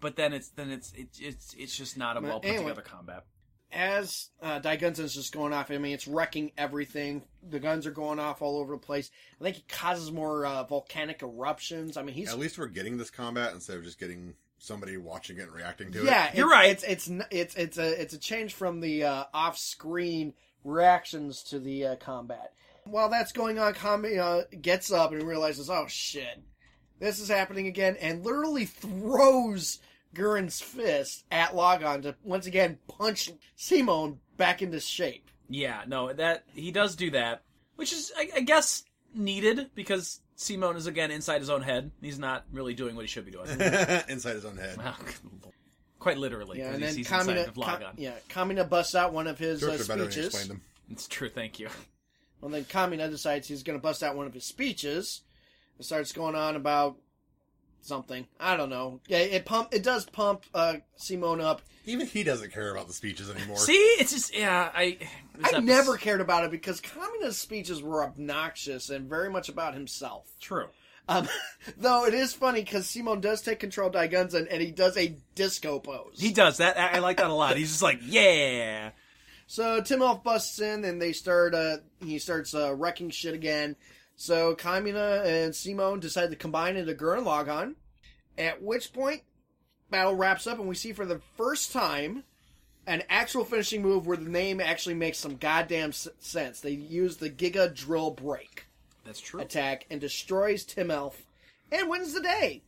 But then it's then it's it, it's it's just not a But well put anyway- together combat. As uh, Daigunzen's just going off, I mean, it's wrecking everything. The guns are going off all over the place. I think it causes more uh, volcanic eruptions. I mean, he's At least we're getting this combat instead of just getting somebody watching it and reacting to yeah. it. You're it's- right. It's it's n- it's it's a it's a change from the uh, off screen reactions to the uh, combat. While that's going on, Kami uh, gets up and realizes, oh shit, this is happening again, and literally throws Gurren's fist at Logon to once again punch Simone back into shape. Yeah, no, that he does do that, which is, I, I guess, needed because Simone is again inside his own head. He's not really doing what he should be doing. Inside his own head. Wow, good lord. Quite literally, Yeah, because and he's, then he's inside Kamina, of Logon. Ka- yeah, Kamina busts out one of his uh, George better than speeches. explain them. It's true. Thank you. Well, then Kamina decides he's going to bust out one of his speeches and starts going on about something. I don't know. Yeah, it pump. It does pump uh, Simone up. Even he doesn't care about the speeches anymore. See, it's just yeah. I this I episode- never cared about it because Kamina's speeches were obnoxious and very much about himself. true. Um, though it is funny because Simon does take control of Daigunzen and he does a disco pose. He does that. I, I like that a lot. He's just like, yeah. So Tim Elf busts in and they start. Uh, he starts uh, wrecking shit again. So Kamina and Simon decide to combine into Gurren Lagann. At which point, battle wraps up and we see for the first time an actual finishing move where the name actually makes some goddamn s- sense. They use the Giga Drill Break That's true. attack and destroys Tim Elf and wins the day.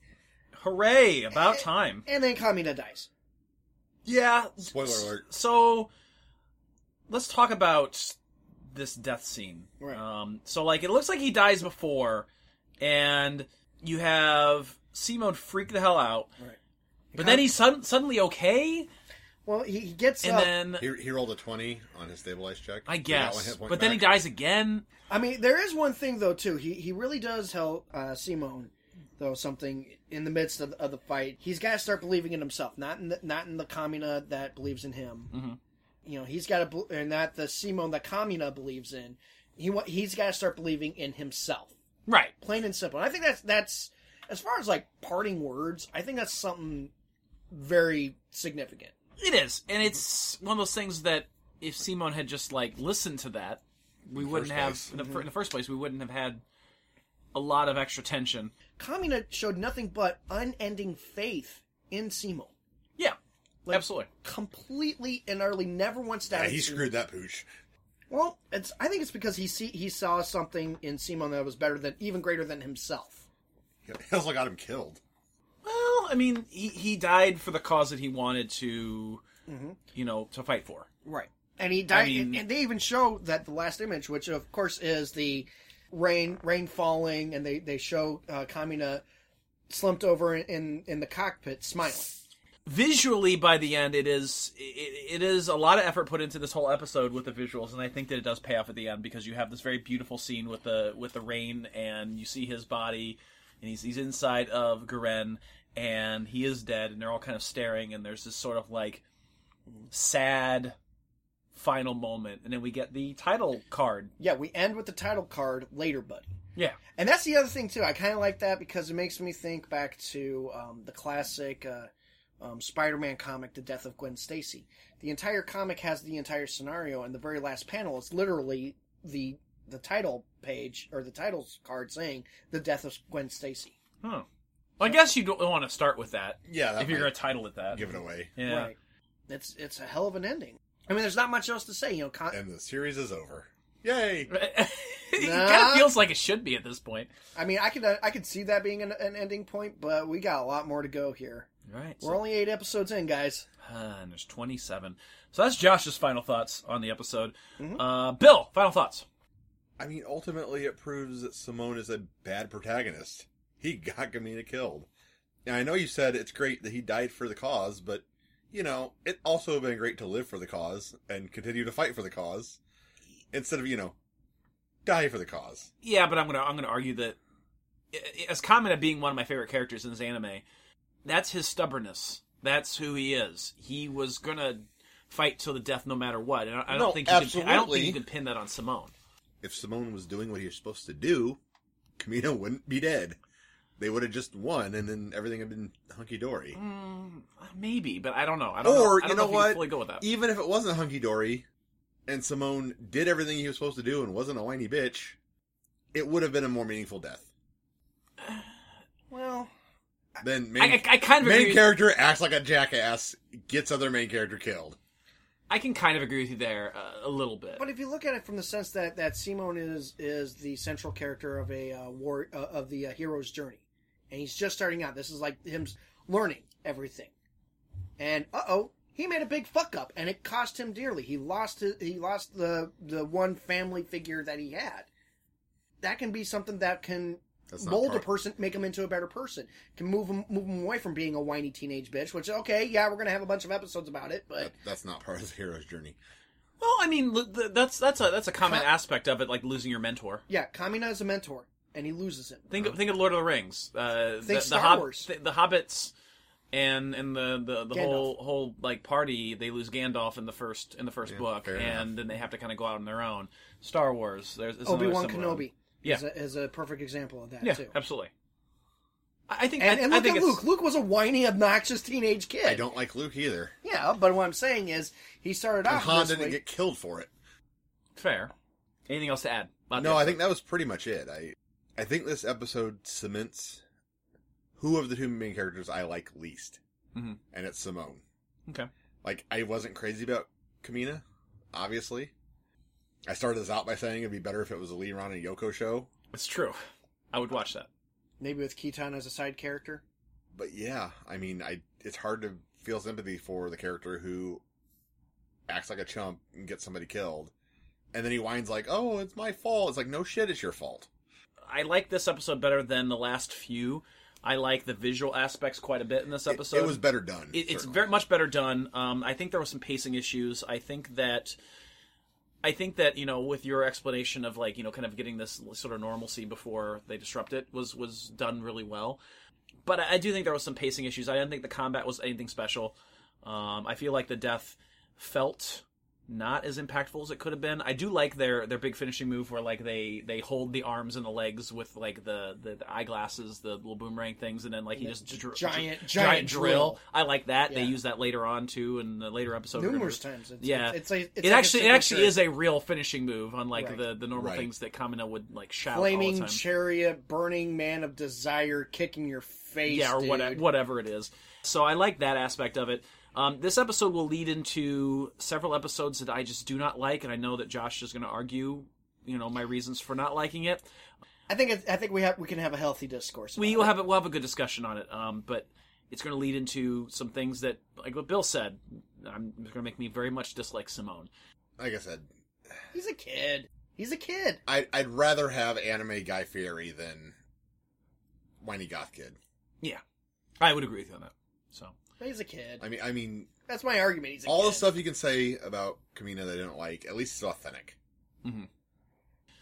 Hooray! About time. And then Kamina dies. Yeah. Spoiler alert. So let's talk about this death scene. Right. Um, so like it looks like he dies before, and you have Simone freak the hell out. Right. But then he's sud- suddenly okay, Well, he, he gets and up. then He, he rolled a 20 on his stabilize check. I He got one guess, hit but point then he back. dies again. I mean, there is one thing though too. He he really does help uh, Simone though something in the midst of, of the fight. He's got to start believing in himself, not in the, not in the Kamina that believes in him. Mhm. You know, he's got to and not the Simone that Kamina believes in. He wa- he's got to start believing in himself, Right. plain and simple. And I think that's that's as far as like parting words. I think that's something very significant. It is, and it's one of those things that if Simone had just like listened to that, we wouldn't first have place. Mm-hmm. in the, fir- in the first place we wouldn't have had a lot of extra tension. Kamina showed nothing but unending faith in Simone. Yeah, absolutely. completely and utterly never once doubted. Yeah, he Simon. screwed that pooch. Well, it's I think it's because he see, he saw something in Simon that was better than even greater than himself. He also got him killed. Well, I mean, he he died for the cause that he wanted to, you know, to fight for. Right. And he died, I mean- and, and they even show that the last image, which of course is the rain rain falling, and they they show uh, Kamina slumped over in, in in the cockpit smiling. Visually, by the end, it is it, it is a lot of effort put into this whole episode with the visuals, and I think that it does pay off at the end because you have this very beautiful scene with the with the rain, and you see his body, and he's he's inside of Garen, and he is dead, and they're all kind of staring, and there's this sort of like sad final moment, and then we get the title card. Yeah, we end with the title card later, buddy. Yeah, And that's the other thing too. I kind of like that because it makes me think back to um, the classic uh, um, Spider-Man comic, The Death of Gwen Stacy. The entire comic has the entire scenario, and the very last panel is literally the the title page or the title card saying "The Death of Gwen Stacy." Huh. Well, I guess you don't want to start with that Yeah, that if you're might going to title it that. give it away. yeah. Right. It's it's a hell of an ending. I mean, there's not much else to say. You know, con- And the series is over. Yay! it Nah. kind of feels like it should be at this point. I mean, I could uh, I could see that being an, an ending point, but we got a lot more to go here. Right. We're only eight episodes in, guys. Ah, and there's 27. So that's Josh's final thoughts on the episode. Mm-hmm. Uh, Bill, final thoughts. I mean, ultimately, it proves that Simone is a bad protagonist. He got Gamina killed. Now, I know you said it's great that he died for the cause, but, you know, it also been great to live for the cause and continue to fight for the cause instead of, you know, die for the cause. Yeah, but I'm gonna I'm gonna argue that i- i- as Kamina being one of my favorite characters in this anime, that's his stubbornness. That's who he is. He was gonna fight till the death, no matter what. And I, I don't No, think you can pin, I don't think absolutely. you can pin that on Simone. If Simone was doing what he was supposed to do, Kamina wouldn't be dead. They would have just won, and then everything had been hunky dory. Uh, Maybe, but I don't know. I don't Or know. I you don't know if what? You fully go with that. Even if it wasn't hunky dory, and Simone did everything he was supposed to do and wasn't a whiny bitch, it would have been a more meaningful death. Well, Then main, I, I, I kind of agree. main with- character acts like a jackass, gets other main character killed. I can kind of agree with you there uh, a little bit. But if you look at it from the sense that that Simon is is the central character of a uh, war uh, of the uh, hero's journey, and he's just starting out. This is like him s- learning everything, and uh oh, he made a big fuck up, and it cost him dearly. He lost his, he lost the the one family figure that he had. That can be something that can That's not mold part- a person, make him into a better person, can move him move him away from being a whiny teenage bitch. Which okay, yeah, we're gonna have a bunch of episodes about it, but That, that's not part of the hero's journey. Well, I mean, l- th- that's that's a that's a common Huh? aspect of it, like losing your mentor. yeah, Kamina is a mentor, and he loses him. Think of, think of Lord of the Rings, uh, the, the, Star Hob- Wars. th- the Hobbits, and and the the, the Gandalf. whole whole like party. They lose Gandalf in the first in the first book, fair and enough. then they have to kind of go out on their own. Star Wars, there's it's another Obi Wan similar- Kenobi Yeah. is, a, is a perfect example of that Yeah, too. absolutely. I I think And, I, and I look think at it's- Luke. Luke was a whiny, obnoxious teenage kid. I don't like Luke either. Yeah, but what I'm saying is he started And off Han Ah, this didn't way. get killed for it. Fair. Anything else to add? about No, the I episode? think that was pretty much it. I I think this episode cements who of the two main characters I like least, Mhm. and it's Simone. Okay. Like I wasn't crazy about Kamina, obviously. I started this out by saying it'd be better if it was a Lee, Ron, and Yoko show, it's true. I would watch that. Maybe with Keaton as a side character. but yeah, I mean, I it's hard to feel sympathy for the character who acts like a chump and gets somebody killed, and then he whines like, "Oh, it's my fault." It's like, no shit, it's your fault. I like this episode better than the last few. I like the visual aspects quite a bit in this It- episode. it, was better done. It- it's certainly. very much better done. Um, I think there were some pacing issues. I think that, I think that you know, with your explanation of like you know, kind of getting this sort of normalcy before they disrupt it was was done really well. But I I do think there was some pacing issues. I didn't think the combat was anything special. Um, I feel like the death felt not as impactful as it could have been. I do like their their big finishing move where like they they hold the arms and the legs with like the the, the eyeglasses, the little boomerang things, and then like he just dr- giant- dr- giant drill. I like that. They Yeah. use that later on too in the later episode. Numerous Remember- times. It's, Yeah, It's, it's, like- it's it like a actually it actually signature is a real finishing move, unlike Right. the the normal Right. things that Kamina would like shout all the flaming time. chariot, burning man of desire, kicking your face. yeah, or dude. whatever whatever it is. So I like that aspect of it. Um, this episode will lead into several episodes that I just do not like, and I know that Josh is going to argue, you know, my reasons for not liking it. I think it's, I think we have we can have a healthy discourse. we about will it. have a, we'll have a good discussion on it. Um, but it's going to lead into some things that, like what Bill said, I'm going to make me very much dislike Simone. like I said, He's a kid. He's a kid. I, I'd rather have anime Guy Fieri than whiny goth kid. Yeah, I would agree with you on that. So He's a kid. I mean, I mean, That's my argument. He's a all kid. the stuff you can say about Kamina that I don't like, at least it's authentic.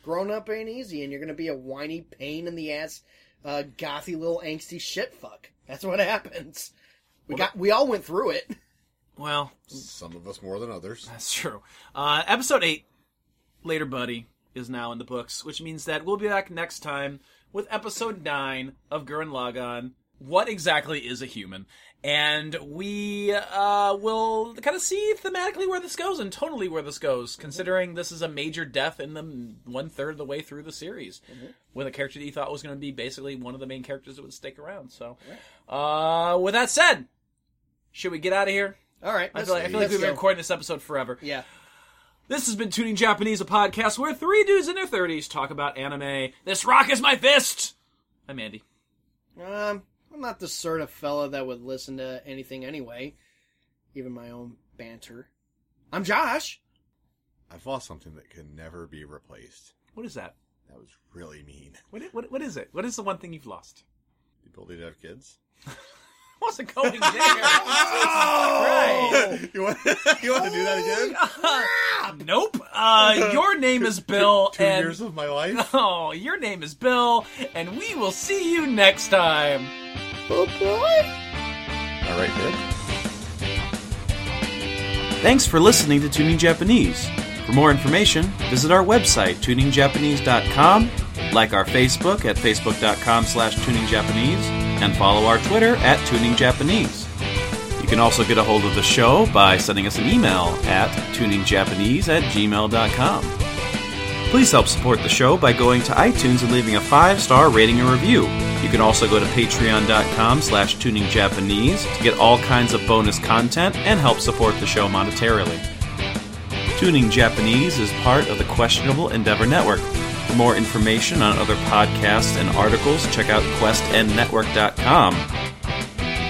Grown up ain't easy, and you're gonna be a whiny pain in the ass, uh, gothy little angsty shit fuck. That's what happens. We got we all went through it. well, Some of us more than others. That's true. Uh, episode 8, Later Buddy, is now in the books, which means that we'll be back next time with episode 9 of Gurren Lagann. What exactly is a human? And we uh, will kind of see thematically where this goes and totally where this goes, considering this is a major death in the one third of the way through the series, with a character that you thought was going to be basically one of the main characters that would stick around. So, uh, with that said, should we get out of here? All right. I feel like, I feel like we've been recording this episode forever. Yeah. This has been Tuning Japanese, a podcast where three dudes in their 30s talk about anime. This rock is my fist! I'm Andy. Um, I'm not the sort of fella that would listen to anything anyway, even my own banter. I'm Josh. I've lost something that can never be replaced. What is that? That was really mean. What, i- what, what is it? What is the one thing you've lost? The ability to have kids. I wasn't going there. right. you want you want to do that again? Nope. Uh, your name is Bill. Two and, years of my life. Oh, your name is Bill, and we will see you next time. All right, Nick. Thanks for listening to Tuning Japanese. For more information, visit our website, tuningjapanese.com, like our Facebook at facebook.com slash tuningjapanese, and follow our Twitter at tuningjapanese. You can also get a hold of the show by sending us an email at tuningjapanese at gmail.com. Please help support the show by going to iTunes and leaving a five-star rating and review. You can also go to patreon.com slash tuningjapanese to get all kinds of bonus content and help support the show monetarily. Tuning Japanese is part of the Questionable Endeavor Network. For more information on other podcasts and articles, check out questnnetwork.com.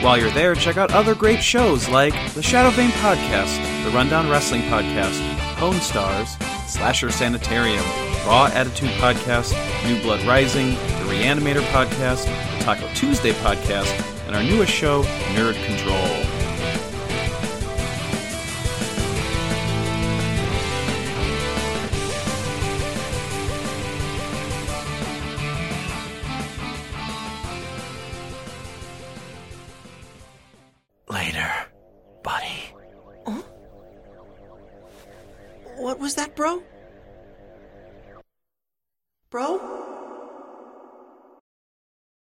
While you're there, check out other great shows like the Shadow Fame Podcast, the Rundown Wrestling Podcast, Cone Stars, Slasher Sanitarium, Raw Attitude Podcast, New Blood Rising, the Reanimator Podcast, the Taco Tuesday Podcast, and our newest show, Nerd Control. Later, buddy. What was that, bro? Bro?